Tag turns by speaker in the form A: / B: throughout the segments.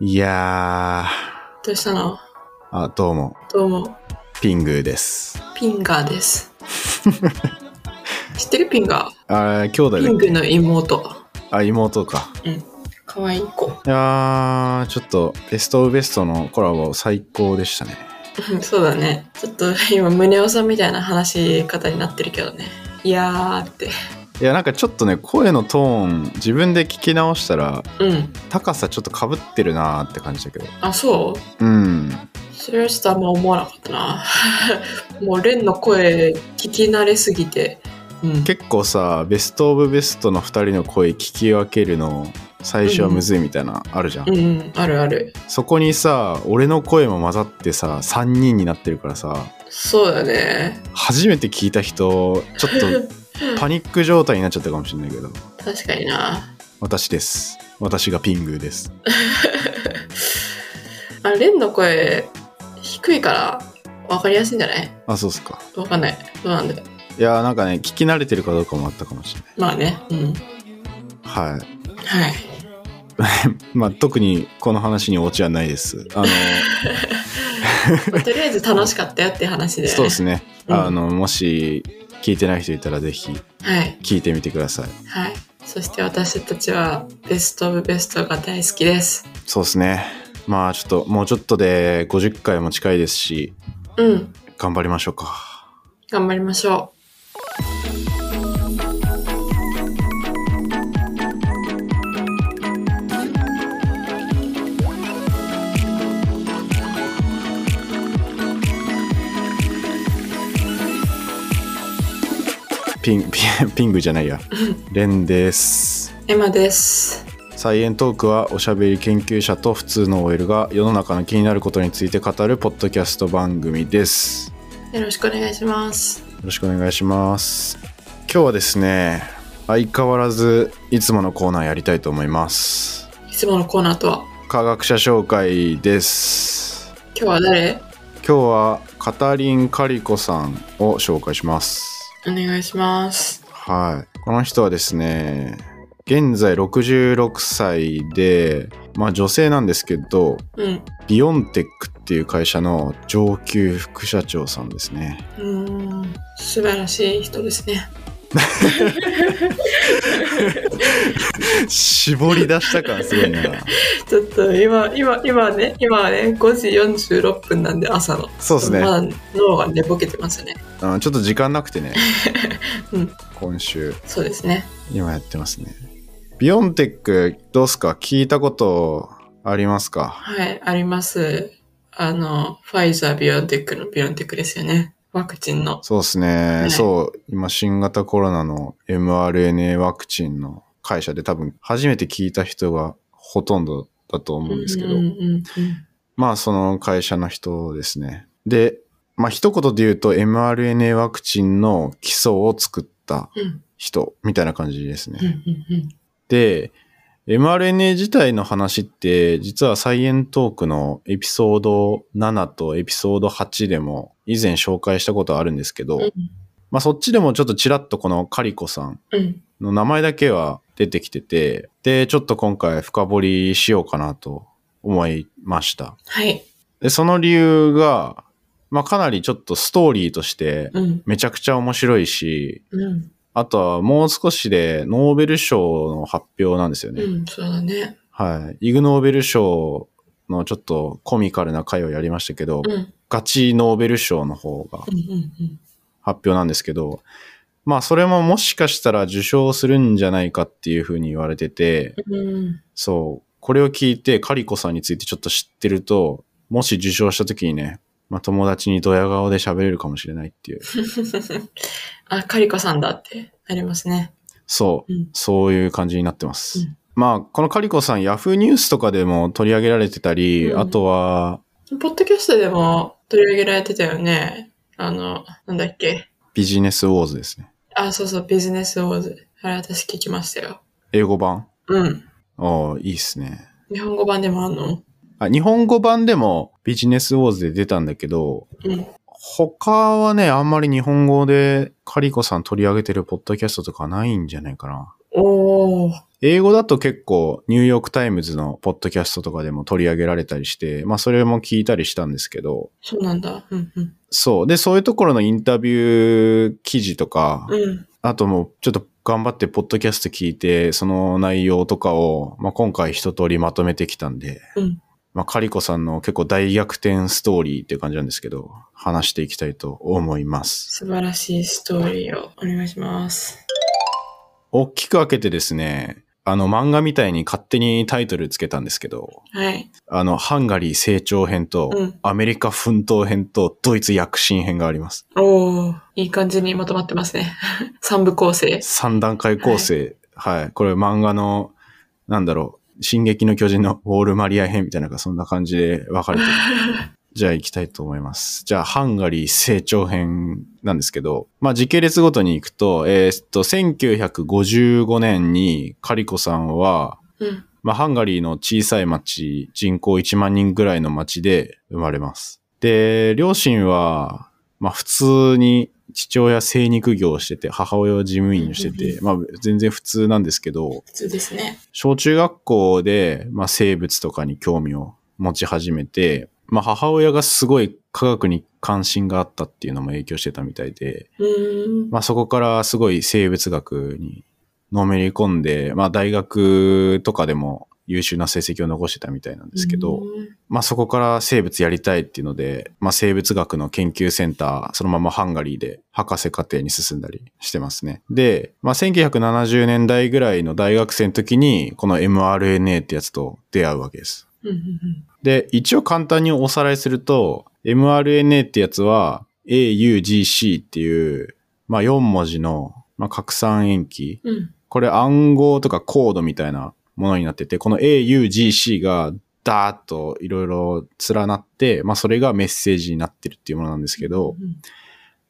A: いや
B: どうしたの
A: ー、あ、どうも、
B: どうも、
A: ピングーです。
B: ピンガーです。知ってるピンガ
A: あれ、兄弟
B: ー
A: だ
B: ピングの妹。
A: あ、妹か。
B: かわいい子。
A: いやー、ちょっと、ベストオブベストのコラボ最高でしたね。
B: うんそうだね。ちょっと今、胸尾さんみたいな話し方になってるけどね。いやーって。
A: いや、なんかちょっとね、声のトーン、自分で聞き直したら、
B: うん。
A: 高さちょっと被ってるなーって感じだけど。
B: あ、そう
A: うん。
B: それはちょっとあんま思わなかったな。 もう、レンの声聞き慣れすぎて。うん。
A: 結構さ、ベストオブベストの2人の声聞き分けるの、最初はむずいみたいな、あるじゃん
B: う。んうん、あるある。
A: そこにさ、俺の声も混ざってさ、3人になってるからさ、
B: そうだね。
A: 初めて聞いた人ちょっ とパニック状態になっちゃったかもしれないけど
B: 確かにな。
A: 私です私がピングーです
B: あ、レンの声低いから分かりやすいんじゃない
A: あそうっすか
B: わかんない。どうなんだよ。
A: いやーなんかね聞き慣れてるかどうかもあったかもしれない
B: まあね。うん。
A: はい
B: はい。
A: まあ特にこの話にオチはないです あの
B: まあとりあえず楽しかったよって話で。
A: そうですね
B: うん
A: あのもし聞いてない人いたらぜひ
B: はい。
A: 聞いてみてください
B: はい。そして私たちはベストオブベストが大好きです。
A: そうですねまあちょっともうちょっとで50回も近いですし
B: うん。
A: 頑張りましょうか
B: 頑張りましょ
A: ピンピンピングじゃないや レンです
B: う。エマです。
A: サイエントークはおしゃべり研究者と普通の OL が世の中の気になることについて語るポッドキャスト番組です。
B: よろしくお願いします。
A: よろしくお願いします。今日はですね、相変わらずいつものコーナーやりたいと思います。
B: いつものコーナーとは、
A: 科学者紹介です。
B: 今日は誰
A: 今日はカタリン・カリコさんを紹介します。
B: お願いします。
A: はい。この人はですね、現在66歳で、まあ女性なんですけど、
B: うん。
A: ビオンテックっていう会社の上級副社長さんですね。
B: うーん。素晴らしい人ですね。
A: 絞り出した感すごい な。
B: ちょっと今、今、今ね、今はね、5時46分なんで朝の。
A: そうですね、
B: まだ脳が寝ぼけてますね。
A: うんちょっと時間なくてね、
B: うん
A: 今週、
B: そうですね。
A: 今やってますね。ビオンテック、どうすか聞いたことありますか
B: はい、あります。あの、ファイザー、ビオンテックのビオンテックですよね。ワクチンの。
A: そうですね、
B: はい
A: そう、今新型コロナの mRNA ワクチンの会社で多分初めて聞いた人がほとんどだと思うんですけど、
B: うんうんうん
A: まあその会社の人ですね。で、まあ一言で言うと mRNA ワクチンの基礎を作った
B: うん
A: 人みたいな感じですね。
B: うんうんうん
A: で、mRNA 自体の話って実はサイエントークのエピソード7とエピソード8でも以前紹介したことあるんですけど、
B: うん
A: まあそっちでもちょっとちらっとこのカリコさん
B: うん
A: の名前だけは出てきてて、で、ちょっと今回深掘りしようかなと思いました。
B: はい。
A: で、その理由が、まあ、かなりちょっとストーリーとして
B: うん
A: めちゃくちゃ面白いし、
B: うん
A: あとはもう少しでノーベル賞の発表なんですよね。
B: うんそうだね。
A: はい。イグノーベル賞のちょっとコミカルな回をやりましたけど、
B: うんうん
A: ガチノーベル賞の方が
B: うんうん
A: 発表なんですけど、まあそれももしかしたら受賞するんじゃないかっていうふうに言われてて、
B: うん
A: そう。これを聞いて、カリコさんについてちょっと知ってると、もし受賞した時にね、まあ、友達にドヤ顔で喋れるかもしれないって いう。
B: あ、カリコさんだってなりますね。
A: そう。
B: うん
A: そういう感じになってます。
B: うん
A: まあ、このカリコさん、ヤフーニュースとかでも取り上げられてたり、
B: うん
A: あとは、
B: ポッドキャストでも取り上げられてたよね。あの、なんだっけ。
A: ビジネスウォーズですね。
B: あ、そうそう、ビジネスウォーズ。あれ私聞きましたよ。
A: 英語版
B: うん。
A: ああ、いいっすね。
B: 日本語版でもあんの
A: あ日本語版でもビジネスウォーズで出たんだけど、
B: うん。
A: 他はね、あんまり日本語でカリコさん取り上げてるポッドキャストとかないんじゃないかな。
B: おー。
A: 英語だと結構ニューヨークタイムズのポッドキャストとかでも取り上げられたりして、まあそれも聞いたりしたんですけど、
B: そうなんだ。うんうん。
A: そう。で、そういうところのインタビュー記事とか、
B: うん。
A: あともうちょっと頑張ってポッドキャスト聞いて、その内容とかを、まあ今回一通りまとめてきたんで、
B: うん。
A: まあカリコさんの結構大逆転ストーリーっていう感じなんですけど、話していきたいと思います。
B: 素晴らしいストーリーをお願いします。
A: 大きく分けてですね、あの漫画みたいに勝手にタイトルつけたんですけど、
B: はい。
A: あの、ハンガリー成長編と、
B: うん
A: アメリカ奮闘編と、ドイツ躍進編があります。
B: おー。いい感じにまとまってますね。 三部構成。
A: 三段階構成。はい、これ漫画の、なんだろう、進撃の巨人のウォールマリア編みたいなのがそんな感じで分かれて る。じゃあ行きたいと思います。じゃあ、ハンガリー成長編なんですけど、まあ時系列ごとに行くと、えーっと、1955年にカリコさんは、
B: うん。
A: まあ、ハンガリーの小さい町、人口1万人ぐらいの町で生まれます。で、両親は、まあ、普通に父親精肉業をしてて、母親は事務員をしてて、まあ、全然普通なんですけど、
B: 普通ですね。
A: 小中学校で、まあ、生物とかに興味を持ち始めて、まあ、母親がすごい科学に関心があったっていうのも影響してたみたいで、
B: うーん。
A: まあ、そこからすごい生物学にのめり込んで、まあ、大学とかでも優秀な成績を残してたみたいなんですけど、
B: うん
A: まあ、そこから生物やりたいっていうので、まあ、生物学の研究センター、そのままハンガリーで博士課程に進んだりしてますね。で、まあ、1970年代ぐらいの大学生の時に、この mRNA ってやつと出会うわけです。
B: うんうん
A: で、一応簡単におさらいすると、mRNA ってやつは AUGC っていう、まあ4文字の、まあ、拡散塩基。
B: うん。うん。
A: これ暗号とかコードみたいなものになってて、この AUGC がダーッといろいろ連なって、まあそれがメッセージになってるっていうものなんですけど、
B: うん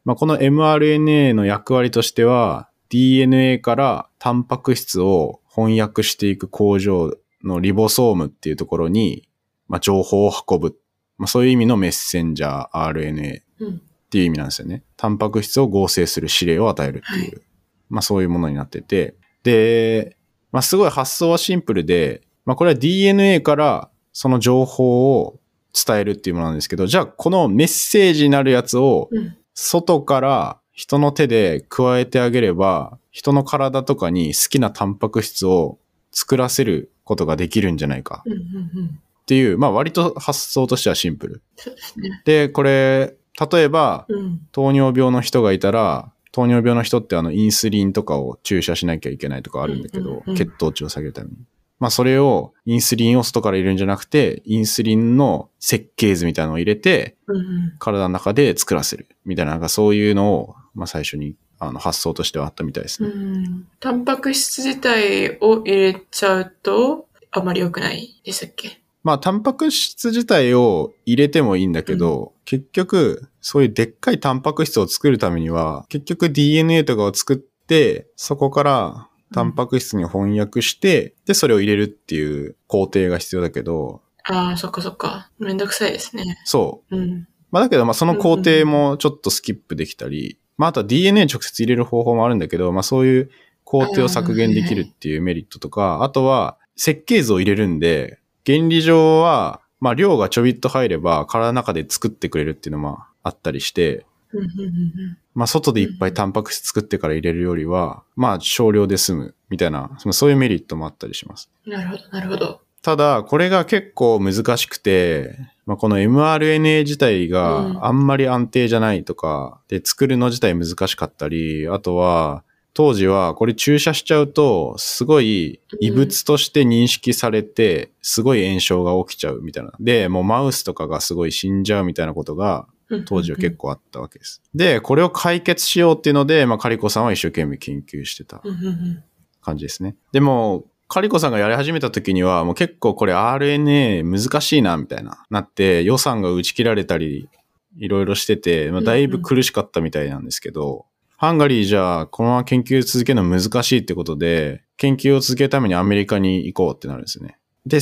A: まあ、この mRNA の役割としては DNA からタンパク質を翻訳していく工場のリボソームっていうところに、まあ、情報を運ぶ、まあ、そういう意味のメッセンジャー RNA っ
B: うん。
A: ていう意味なんですよね。タンパク質を合成する指令を与えるっていう、まあ、そういうものになってて。で、まあ、すごい発想はシンプルで、まあ、これは DNA からその情報を伝えるっていうものなんですけど、じゃあこのメッセージになるやつを
B: うん。
A: 外から人の手で加えてあげれば、人の体とかに好きなタンパク質を作らせることができるんじゃないか
B: うん。うん。うん。
A: っていう、まあ割と発想としてはシンプル。
B: そうですね。
A: で、これ、例えば、
B: うん。
A: 糖尿病の人がいたら、糖尿病の人ってあのインスリンとかを注射しなきゃいけないとかあるんだけ
B: うん
A: ど
B: うん、うん
A: 血糖値を下げるために。まあそれをインスリンを外から入れるんじゃなくて、インスリンの設計図みたいなのを入れて、
B: うんうん。
A: 体の中で作らせるみたいな、なんかそういうのを、まあ、最初にあの発想としてはあったみたいです
B: う
A: ね。
B: ん。タンパク質自体を入れちゃうと、あまり良くないでしたっけ
A: まあ、タンパク質自体を入れてもいいんだけど、結局、そういうでっかいタンパク質を作るためには、結局 DNA とかを作って、そこからタンパク質に翻訳して、で、それを入れるっていう工程が必要だけど、
B: ああ、そっかそっか。めんどくさいですね。
A: そう。
B: うん。
A: まあ、だけど、まあ、その工程もちょっとスキップできたり、まあ、あとは DNA 直接入れる方法もあるんだけど、まあ、そういう工程を削減できるっていうメリットとか、あとは設計図を入れるんで、原理上は、まあ、量がちょびっと入れば、体の中で作ってくれるっていうのもあったりして、
B: うん。うん。うん
A: まあ、外でいっぱいタンパク質作ってから入れるよりは、まあ、少量で済むみたいな、そういうメリットもあったりします。
B: うん。なるほど、なるほど。
A: ただ、これが結構難しくて、まあ、この mRNA 自体
B: うん
A: があんまり安定じゃないとか、で、作るの自体難しかったり、あとは、当時はこれ注射しちゃうと、すごい異物として認識されて、すごい炎症が起きちゃうみたいな。で、もうマウスとかがすごい死んじゃうみたいなことが、
B: うん
A: 当時は結。構あったわけです。で、これを解決しようっていうので、まあ、カリコさんは一生懸命研究してた
B: うん。うん。うん
A: 感じですね。でも、カリコさんがやり始めた時には、もう結構これ RNA 難しいな、みたいな、なって予算が打ち切られたり、いろいろしてて、まあ、だいぶ苦しかったみたいなんですけど、ハンガリーじゃこのまま研究続けるの難しいってことで、研究を続けるためにアメリカに行こうってなるんですよね。で、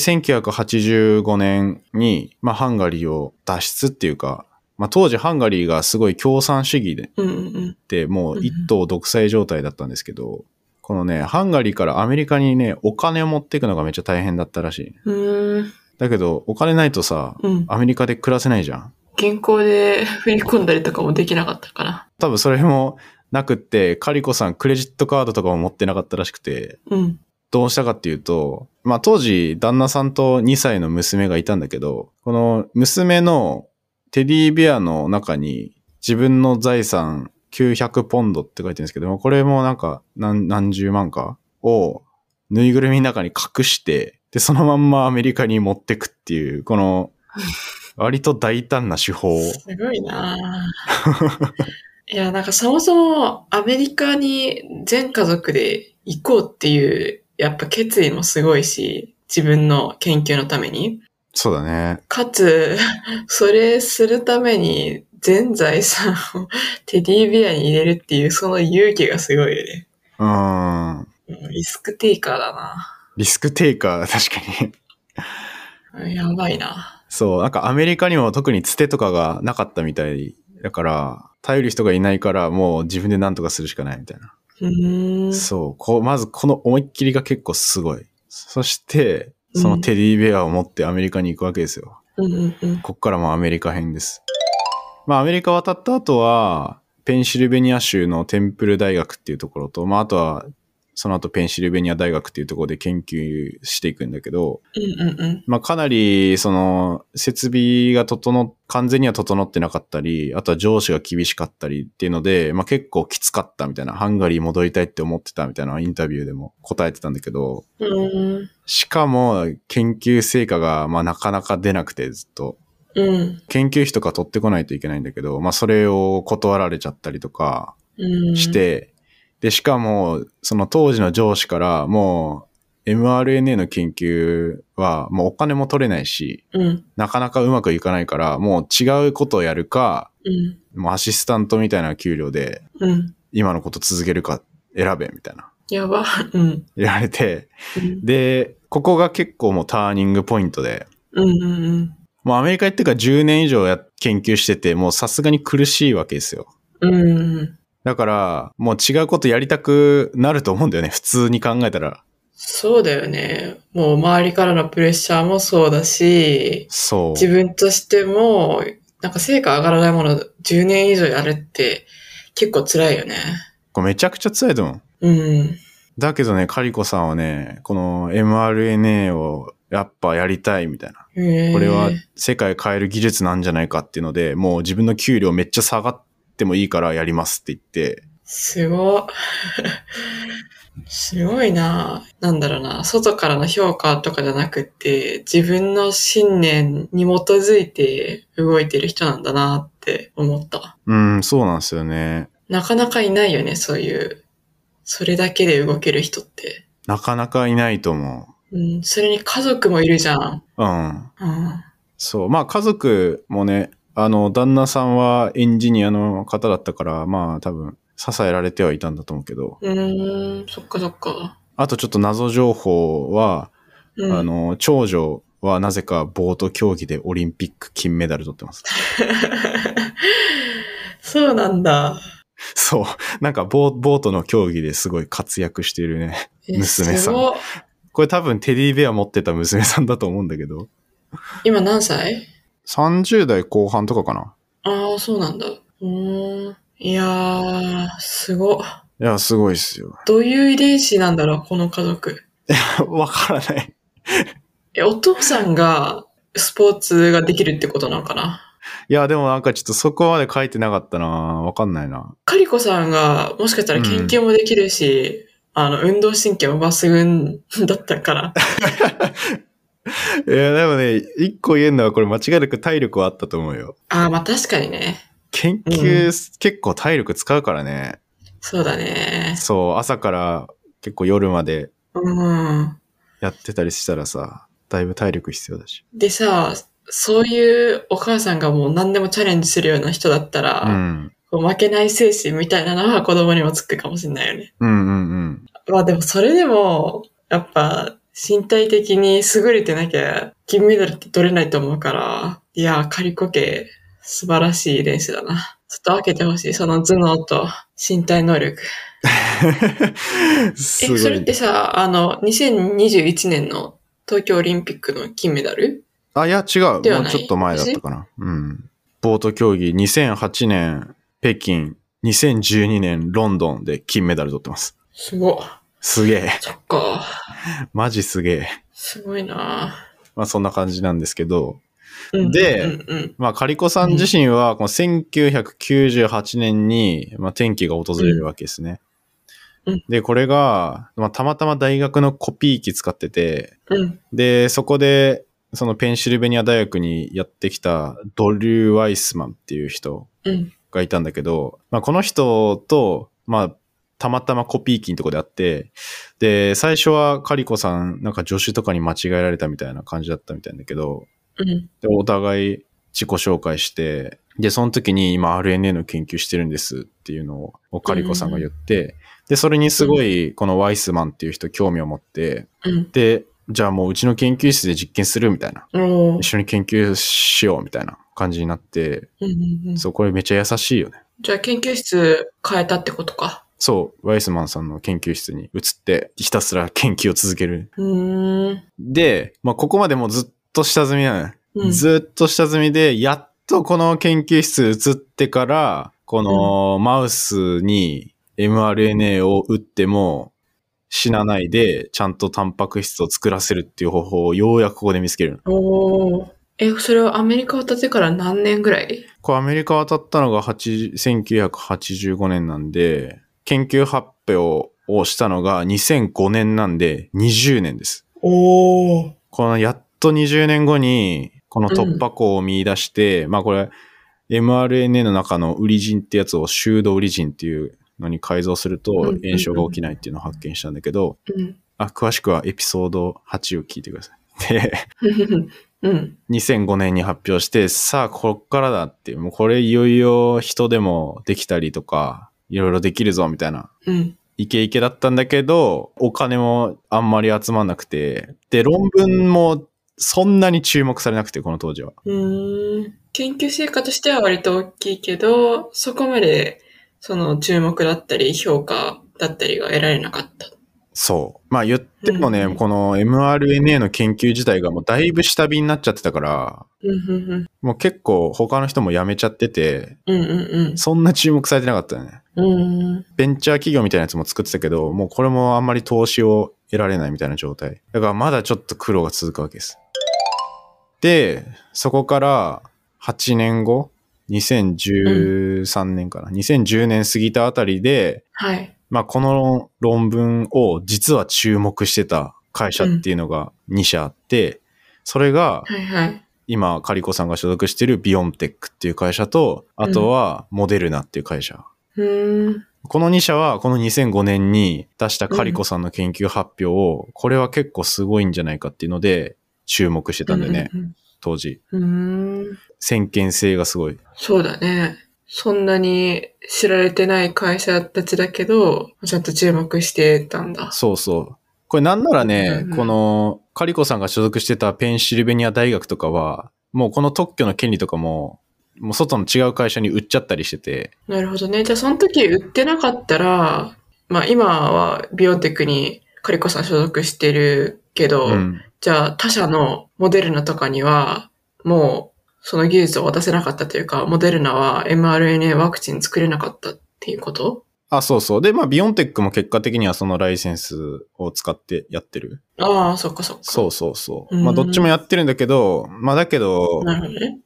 A: 1985年に、まあ、ハンガリーを脱出っていうか、まあ、当時ハンガリーがすごい共産主義で
B: うん。うん。うん
A: ってもう一党独裁状態だったんですけど、このね、ハンガリーからアメリカにね、お金を持っていくのがめっちゃ大変だったらしい。
B: うーん。
A: だけど、お金ないとさ、
B: うん。
A: アメリカで暮らせないじゃん。
B: 銀行で振り込んだりとかもできなかったかな。
A: 多分それもなくって、カリコさんクレジットカードとかも持ってなかったらしくて、
B: うん。
A: どうしたかっていうと、まあ当時、旦那さんと2歳の娘がいたんだけど、この娘のテディベアの中に自分の財産900ポンドって書いてるんですけども、これもなんか何何十万かをぬいぐるみの中に隠して、で、そのまんまアメリカに持ってくっていう、この割と大胆な手法を。
B: すごいなぁ いや、なんかそもそもアメリカに全家族で行こうっていう、やっぱ決意もすごいし、自分の研究のために。
A: そうだね。
B: かつ、 それするために全財産を テディベアに入れるっていう、その勇気がすごいよね。
A: うーん。
B: うんリスクテイカーだな
A: リスクテイカー、確かに。
B: うんやばいな
A: そう、なんかアメリカにも特にツテとかがなかったみたいだから、頼る人がいないからもう自分で何とかするしかないみたいな。
B: うーん。
A: そう、こう、まずこの思いっきりが結構すごい。そして、そのテディベアを持ってアメリカに行くわけですよ。
B: うんうんうん。
A: こっからもうアメリカ編です。まあアメリカ渡った後は、ペンシルベニア州のテンプル大学っていうところと、まああとは、その後ペンシルベニア大学っていうところで研究していくんだけど、
B: うんうんうん。
A: まあ、かなり、その、設備が整っ、完全には整ってなかったり、あとは上司が厳しかったりっていうので、まあ、結構きつかったみたいな、ハンガリー戻りたいって思ってたみたいなインタビューでも答えてたんだけど、
B: うん。
A: しかも、研究成果が、まあ、なかなか出なくてずっと、
B: うん。
A: 研究費とか取ってこないといけないんだけど、まあ、それを断られちゃったりとか
B: うん。
A: して、で、しかも、その当時の上司から、もう、mRNA の研究は、もうお金も取れないし、
B: うん。
A: なかなかうまくいかないから、もう違うことをやるか、
B: うん。
A: もうアシスタントみたいな給料で、
B: うん。
A: 今のこと続けるか選べ、みたいな。
B: やば。うん。
A: 言われて。
B: うん。
A: で、ここが結構もうターニングポイントで、
B: うんうんうん。
A: もうアメリカ行ってから10年以上や研究してて、もうさすがに苦しいわけですよ。
B: うん。
A: だから、もう違うことやりたくなると思うんだよね。普通に考えたら。
B: そうだよね。もう周りからのプレッシャーもそうだし、
A: そ
B: 自
A: う。
B: 分としても、なんか成果上がらないもの10年以上やるって結構辛いよね。
A: これめちゃくちゃ辛いと思う。
B: うん。
A: だけどね、カリコさんはね、この mRNA をやっぱやりたいみたいな。
B: へー
A: これは世界変える技術なんじゃないかっていうので、もう自分の給料めっちゃ下がってもいいからやりますって言って、
B: すごっ。すごいななんだろうな。外からの評価とかじゃなくって、自分の信念に基づいて動いてる人なんだなって思った。
A: うん、そうなんですよね。
B: なかなかいないよね、そういう。それだけで動ける人って。
A: なかなかいないと思
B: うん、それに家族もいるじゃん。
A: う。うん。
B: うん。
A: そう。まあ家族もね、あの、旦那さんはエンジニアの方だったから、まあ多分支えられてはいたんだと思うけど、
B: うーん、そっかそっか。
A: あとちょっと謎情報は、
B: うん、
A: あの、長女はなぜかボート競技でオリンピック金メダル取ってます。
B: そうなんだ。
A: そう。なんかボボートの競技ですごい活躍しているね。
B: え
A: 娘さん
B: すごっ
A: これ多分テディベア持ってた娘さんだと思うんだけど。
B: 今何歳
A: 30代後半とかかな。
B: ああ、そうなんだ。うーん。いやー、すごっ。
A: いや、すごいっすよ。
B: どういう遺伝子なんだろう、この家族。
A: わからない。
B: え、お父さんがスポーツができるってことなのかない
A: や、でもなんかちょっとそこまで書いてなかったなわかんないな。
B: カリコさんがもしかしたら研究もできるし、あの、運動神経も抜群だったから。
A: いや、でもね、一個言えるのはこれ間違いなく体力はあったと思うよ。
B: ああ、まあ確かにね。
A: 研究、結構体力使うからね。
B: そうだね。
A: そう、朝から結構夜まで
B: うん。
A: やってたりしたらさ、だいぶ体力必要だし。
B: でさ、そういうお母さんがもう何でもチャレンジするような人だったら、
A: うん。
B: こう負けない精神みたいなのは子供にもつくかもしれないよね。
A: うんうん うん。
B: まあでもそれでも、やっぱ身体的に優れてなきゃ金メダルって取れないと思うから、いやー、カリコ家、素晴らしい練習だな。ちょっと分けてほしい、その頭脳と身体能力。え、
A: す
B: そ
A: ご
B: れっ
A: い
B: て。さ、あの、2021年の東京オリンピックの金メダル
A: あ、いや、違う。もう
B: ではない
A: ちょっと前だったかな。うん。ボート競技2008年北京、2012年ロンドンで金メダル取ってます。
B: すごっ。
A: すげえ。
B: そっか。
A: マジすげえ。
B: すごいな
A: まあそんな感じなんですけど、
B: うん
A: で
B: うんうん
A: まあカリコさん自身はこの1998年に、まあ、転機が訪れるわけですね。
B: うん
A: で、これが、まあ、たまたま大学のコピー機使ってて、
B: うん。
A: で、そこで、そのペンシルベニア大学にやってきたドリュー・ワイスマンっていう人
B: うん。
A: がいたんだけど、まあ、この人と、まあ、たまたまコピー機のとこであって、で、最初はカリコさん、なんか助手とかに間違えられたみたいな感じだったみたいなんだけど、
B: うん。
A: で、お互い自己紹介して、で、その時に今 RNA の研究してるんですっていうのをカリコさんが言って、で、それにすごいこのワイスマンっていう人興味を持って、
B: うん。
A: で、じゃあもううちの研究室で実験するみたいな。
B: お
A: 一
B: ー
A: 緒に研究しようみたいな感じになって、
B: うんうんうん
A: そう、これめっちゃ優しいよね。
B: じゃあ研究室変えたってことか。
A: そう、ワイスマンさんの研究室に移って、ひたすら研究を続ける。
B: うーん。
A: で、まあ、ここまでもうずっと下積みなのよ。
B: うん
A: ずっと下積みで、やっとこの研究室移ってから、このマウスに mRNA を打っても死なないで、ちゃんとタンパク質を作らせるっていう方法をようやくここで見つけるの。
B: おーえ、それはアメリカを建てから何年ぐらい
A: これアメリカ渡ったのが8 1985年なんで、研究発表をしたのが2005年なんで20年です。
B: おお。
A: このやっと20年後に、この突破口を見出して、まあこれ、mRNA の中のウリジンってやつをシュードウリジンっていうのに改造する
B: うんうん
A: と
B: うん
A: 炎症が起きないっていうのを発見したんだけど、
B: うん。
A: あ、詳しくはエピソード8を聞いてください。で、
B: うん。
A: 2005年に発表して、さあ、こっからだって、もうこれいよいよ人でもできたりとか、いろいろできるぞ、みたいな。
B: うん。
A: イケイケだったんだけど、お金もあんまり集まんなくて、で、論文もそんなに注目されなくて、この当時は。
B: うーん。研究成果としては割と大きいけど、そこまで、その注目だったり、評価だったりが得られなかった。
A: そう。まあ言ってもね、
B: うん
A: この mRNA の研究自体がもうだいぶ下火になっちゃってたから、
B: うん、うん、
A: もう結構他の人も辞めちゃってて、
B: うん。うん、
A: そんな注目されてなかったよね。
B: うん、うん。う
A: ベンチャー企業みたいなやつも作ってたけど、もうこれもあんまり投資を得られないみたいな状態。だからまだちょっと苦労が続くわけです。で、そこから8年後、2013年かな、2010年過ぎたあたりで、
B: はい。
A: まあこの論文を実は注目してた会社っていうのが2社あって、それが
B: はい、はい。
A: 今、カリコさんが所属してるビオンテックっていう会社と、あとはモデルナっていう会社。
B: うーん。
A: この2社はこの2005年に出したカリコさんの研究発表を、これは結構すごいんじゃないかっていうので注目してたんだよね、
B: うん
A: 当時。
B: うんうん。うーん。
A: 先見性がすごい。
B: そうだね。そんなに知られてない会社たちだけど、ちゃんと注目してたんだ。
A: そうそう。これなんならね、
B: うんうん
A: このカリコさんが所属してたペンシルベニア大学とかは、もうこの特許の権利とかも、もう外の違う会社に売っちゃったりしてて、
B: なるほどね。じゃあ、その時売ってなかったら、まあ今はビオンテックにカリコさん所属してるけど、
A: うん、
B: じゃあ他社のモデルナとかには、もうその技術を渡せなかったというか、モデルナは mRNA ワクチン作れなかったっていうこと
A: あ、そうそう。で、まあ、ビオンテックも結果的にはそのライセンスを使ってやってる。
B: ああ、そっかそっか。
A: そうそうそう。
B: うん
A: まあ、どっちもやってるんだけど、まあ、だけど、
B: なるほどね。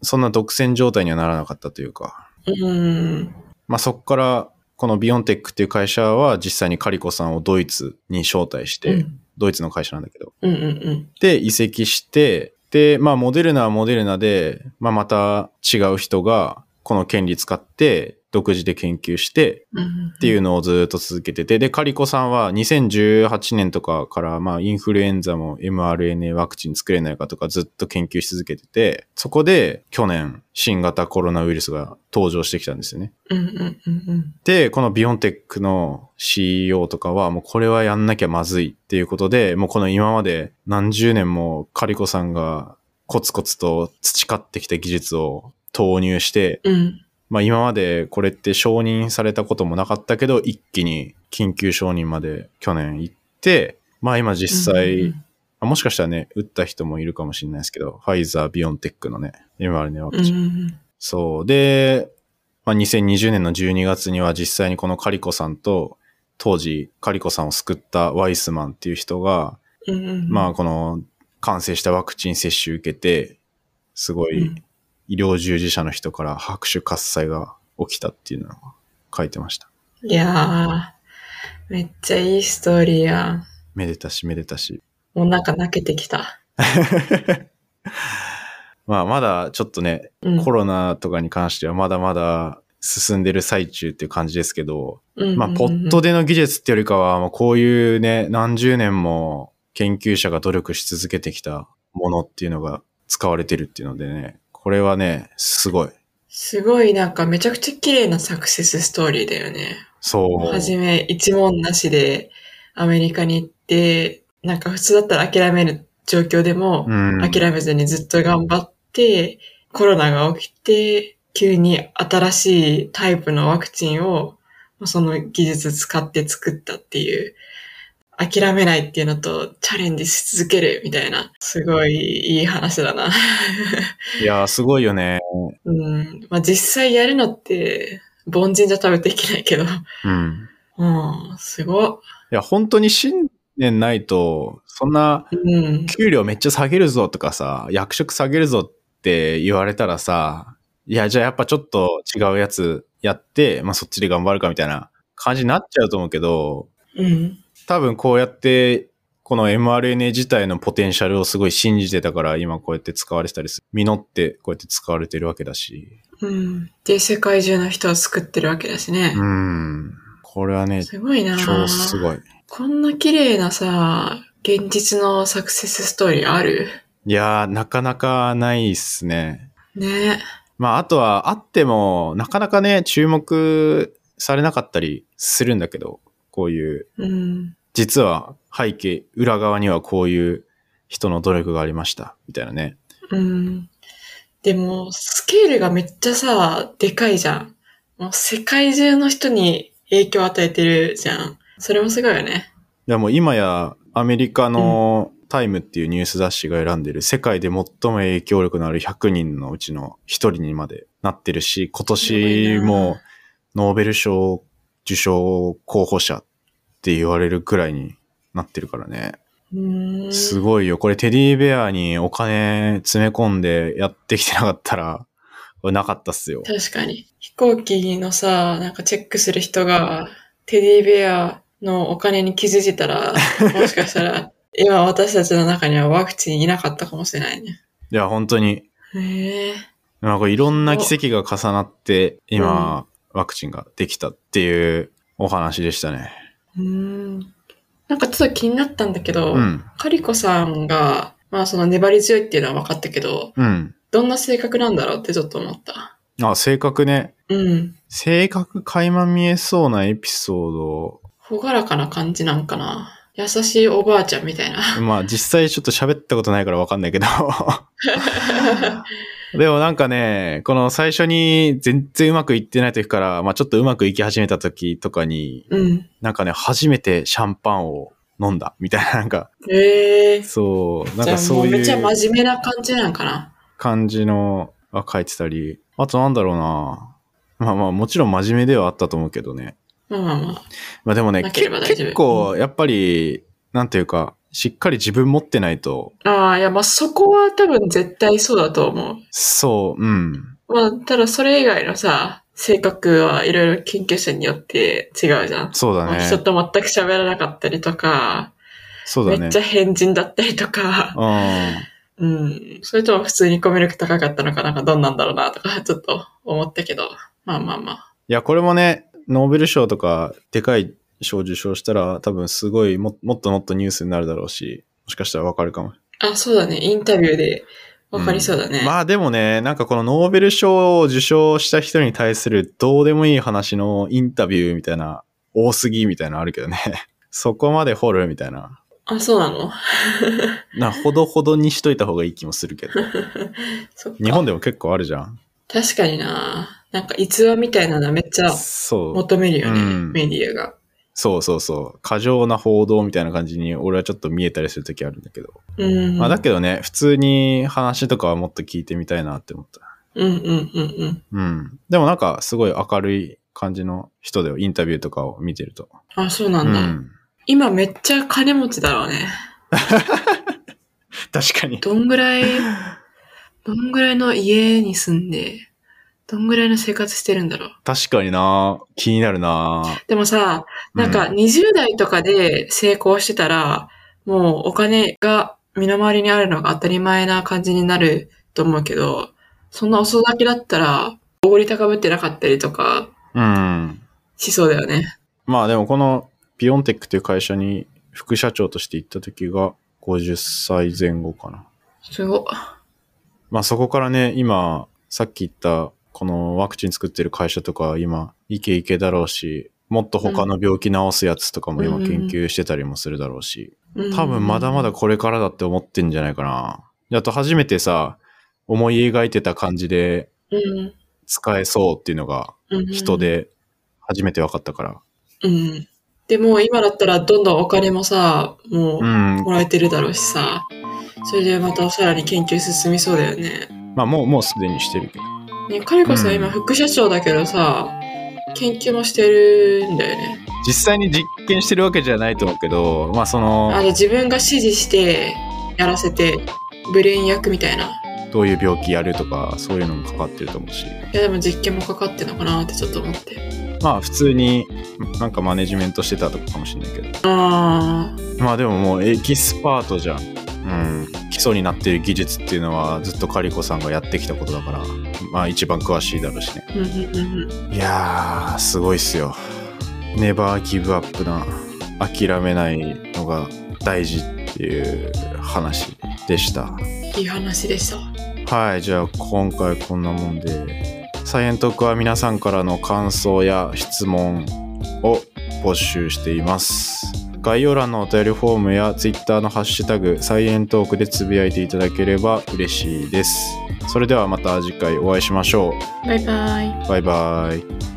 A: そんな独占状態にはならなかったというか、
B: うん。
A: まあそこから、このビオンテックっていう会社は実際にカリコさんをドイツに招待して、
B: うん
A: ドイツの会社なんだけど、
B: うんうんうん。
A: で、移籍して、で、まあモデルナはモデルナで、まあまた違う人がこの権利使って独自で研究して
B: うん、っ。
A: っていううのをずっと続けてて、で、カリコさんは2018年とかから、まあインフルエンザも mRNA ワクチン作れないかとかずっと研究し続けてて、そこで去年新型コロナウイルスが登場してきたんですよね。
B: うんうんうんうん。
A: で、このビオンテックの CEO とかは、もうこれはやんなきゃまずいっていうことで、もうこの今まで何十年もカリコさんがコツコツと培ってきた技術を投入して、
B: うん。
A: まあ今までこれって承認されたこともなかったけど、一気に緊急承認まで去年行って、まあ今実際、
B: うん
A: あもしかしたらね、打った人もいるかもしれないですけど、ファイザー、ビオンテックのね、mRNA ワク
B: うんう
A: チン。
B: ん
A: そう。で、まあ、2020年の12月には実際にこのカリコさんと、当時カリコさんを救ったワイスマンっていう人が、
B: うんうんうん
A: まあこの完成したワクチン接種受けて、すご
B: う
A: い
B: ん
A: 医療従事者の人から拍手喝采が起きたっていうのを書いてました。
B: いやー、めっちゃいいストーリーやん。
A: めでたしめでたし。
B: もうなんか泣けてきた。
A: まあまだちょっとね、
B: うん
A: コロナとかに関してはまだまだ進んでる最中っていう感じですけど、まあ、ポット
B: で。
A: での技術ってよりかは、もうこういうね、何十年も研究者が努力し続けてきたものっていうのが使われてるっていうのでね、これはね、すごい。
B: すごいなんかめちゃくちゃ綺麗なサクセスストーリーだよね。
A: そう。
B: はじめ一問なしでアメリカに行って、なんか普通だったら諦める状況でも、
A: うん。
B: 諦めずにずっと頑張って、コロナが起きて、急に新しいタイプのワクチンを、まあその技術使って作ったっていう、諦めないっていうのとチャレンジし続けるみたいな、すごいいい話だな。
A: いやー、すごいよね。
B: うん。まあ、実際やるのって、凡人じゃ多分できないけど、
A: うん。
B: うん、すごっ。
A: いや、本当に信念ないと、そんな、
B: うん。
A: 給料めっちゃ下げるぞとかさ、役職下げるぞって言われたらさ、いや、じゃあやっぱちょっと違うやつやって、まあそっちで頑張るかみたいな感じになっちゃうと思うけど、
B: うん。
A: 多分こうやって、この mRNA 自体のポテンシャルをすごい信じてたから、今こうやって使われてたりする。実ってこうやって使われてるわけだし。
B: うん。で、世界中の人を救ってるわけだしね
A: う。ん。これはね、
B: すごいな
A: 超すごい。
B: こんな綺麗なさ、現実のサクセスストーリーある
A: いやー、なかなかないっすね。
B: ね。
A: まあ、あとは、あっても、なかなかね、注目されなかったりするんだけど、こういう、
B: うん。
A: 実は背景、裏側にはこういう人の努力がありました、みたいなね。
B: うん。でも、スケールがめっちゃさ、でかいじゃん。もう世界中の人に影響を与えてるじゃん。それもすごいよね。
A: いや、もう今や、アメリカのタイムっていうニュース雑誌が選んでる、世界で最も影響力のある100人のうちの1人にまでなってるし、今年もノーベル賞受賞候補者って言われるくらいになってるからね。
B: うーん。
A: すごいよ。これテディベアにお金詰め込んでやってきてなかったら、これなかったっすよ。
B: 確かに。飛行機のさ、なんかチェックする人が、テディベアのお金に気づい たら、もしかしたら、今私たちの中にはワクチンいなかったかもしれないね。
A: いや、本当に。
B: へえ。
A: まあ、これいろんな奇跡が重なって、今、ワクチンができたっていうお話でしたね。
B: うーんなんかちょっと気になったんだけど、
A: うん。
B: カリコさんが、まあその粘り強いっていうのは分かったけど、
A: うん。
B: どんな性格なんだろうってちょっと思った。
A: あ、性格ね。
B: うん。
A: 性格垣間見えそうなエピソード
B: ほがらかな感じなんかな。優しいおばあちゃんみたいな。
A: をまあ、実際ちょっと喋ったことないからわかんないけど。でもなんかね、この最初に全然うまくいってない時から、まあちょっとうまくいき始めた時とかに、
B: うん。
A: なんかね、初めてシャンパンを飲んだみたいな、なんか、
B: ええー。
A: そう、なん
B: じゃ
A: か
B: あも
A: そうう
B: めっちゃ
A: いう
B: 真面目な感じなんかな。
A: 感じのが書いてたり、あとなんだろうな。まあまあ、もちろん真面目ではあったと思うけどね。
B: まあまあまあ。
A: まあでもね、
B: なけ
A: け
B: れば大丈夫
A: 結構、やっぱり、なんていうか、しっかり自分持ってないと、
B: ああ、いやまあそこは多分絶対そうだと思
A: そう、うん。
B: う。まあただそれ以外のさ、性格はいろいろ研究者によって違うじゃん。
A: そうだね
B: 人。と全く喋らなかったりとか、
A: そうだ
B: め
A: ね
B: っち。ゃ変人だったりとか、うん、それとも普通にコミュ力高かったのかなんかどんなんだろうなとか、ちょっと思ったけど、まあまあまあ。
A: いや、これもね、ノーベル賞とか、でかい賞受賞したら、多分すごいも、もっともっとニュースになるだろうし、もしかしたらわかるかも。
B: あ、そうだね、インタビューでわかりそうだね。
A: んまあでもね、なんかこのノーベル賞を受賞した人に対するどうでもいい話のインタビューみたいな、多すぎみたいなのあるけどね。 そこまで掘るみたいな。
B: あ、そうなの
A: な、ほどほどにしといた方がいい気もするけど。
B: そっか
A: 日本でも結構あるじゃん。
B: 確かにななんか逸話みたいなのめっちゃ
A: そう。
B: 求めるよね、
A: うん
B: メディアが。
A: そうそうそう。過剰な報道みたいな感じに俺はちょっと見えたりするときあるんだけど。
B: うん。
A: まあだけどね、普通に話とかはもっと聞いてみたいなって思った。
B: うんうんうんうん。
A: うん。でもなんかすごい明るい感じの人だよ。インタビューとかを見てると。
B: あ、そうな
A: うん
B: だ。
A: ん。
B: 今めっちゃ金持ちだろうね。
A: 確かに。
B: どんぐら い、どんぐらいの家に住んで、どんぐらいの生活してるんだろう。
A: 確かにな気になるな
B: でもさ、 なんか
A: う
B: 20代とかで成功してたら、もうお金が身の回りにあるのが当たり前な感じになると思うけど、そんな遅咲きだったら、おごり高ぶってなかったりとか
A: うん。
B: しそうだよね。
A: まあでもこのビオンテックという会社に副社長として行った時が50歳前後かな。
B: すごっ。
A: まあそこからね、今、さっき言ったこのワクチン作ってる会社とか今、イケイケだろうし、もっと他の病気治すやつとかも今
B: うん
A: 研究してたりもするだろうし、
B: うん
A: 多分まだまだ。これからだって思ってんじゃないかな。であと初めてさ、思い描いてた感じで
B: うん。
A: 使えそうっていうのが
B: うん
A: 人。で初めて分かったから。
B: うん。でも今だったらどんどんお金もさ、もう
A: うん。
B: もらえてるだろうしさ、それでまたさらに研究進みそうだよね。
A: まあもう、もうすでにしてるけど。
B: ね、カリコさ
A: うん
B: ん今副社長だけどさ、研究もしてるんだよね。
A: 実際に実験してるわけじゃないと思うけど、まあそ
B: あ
A: の
B: の、自分が指示してやらせて、ブレイン役みたいな。
A: どういう病気やるとか、そういうのもかかってると思うし。
B: いやでも実験もかかってんのかなってちょっと思って。
A: まあ普通になんかマネジメントしてたとかかもしれないけど。
B: あー
A: まあでももうエキスパートじゃん。うん。基礎になってる技術っていうのはずっとカリコさんがやってきたことだから、まあ一番詳しいだろうしね。
B: うんうんうんうん。
A: いやー、すごいっすよ。ネバーギブアップな、諦めないのが大事っていう話でした。
B: いい話でした。
A: はい、じゃあ今回こんなもんで、サイエントークは皆さんからの感想や質問を募集しています。概要欄のお便りフォームや Twitter のハッシュタグ、サイエントークでつぶやいていただければ嬉しいです。それではまた次回お会いしましょ
B: バイバイ。
A: う。バイバイ。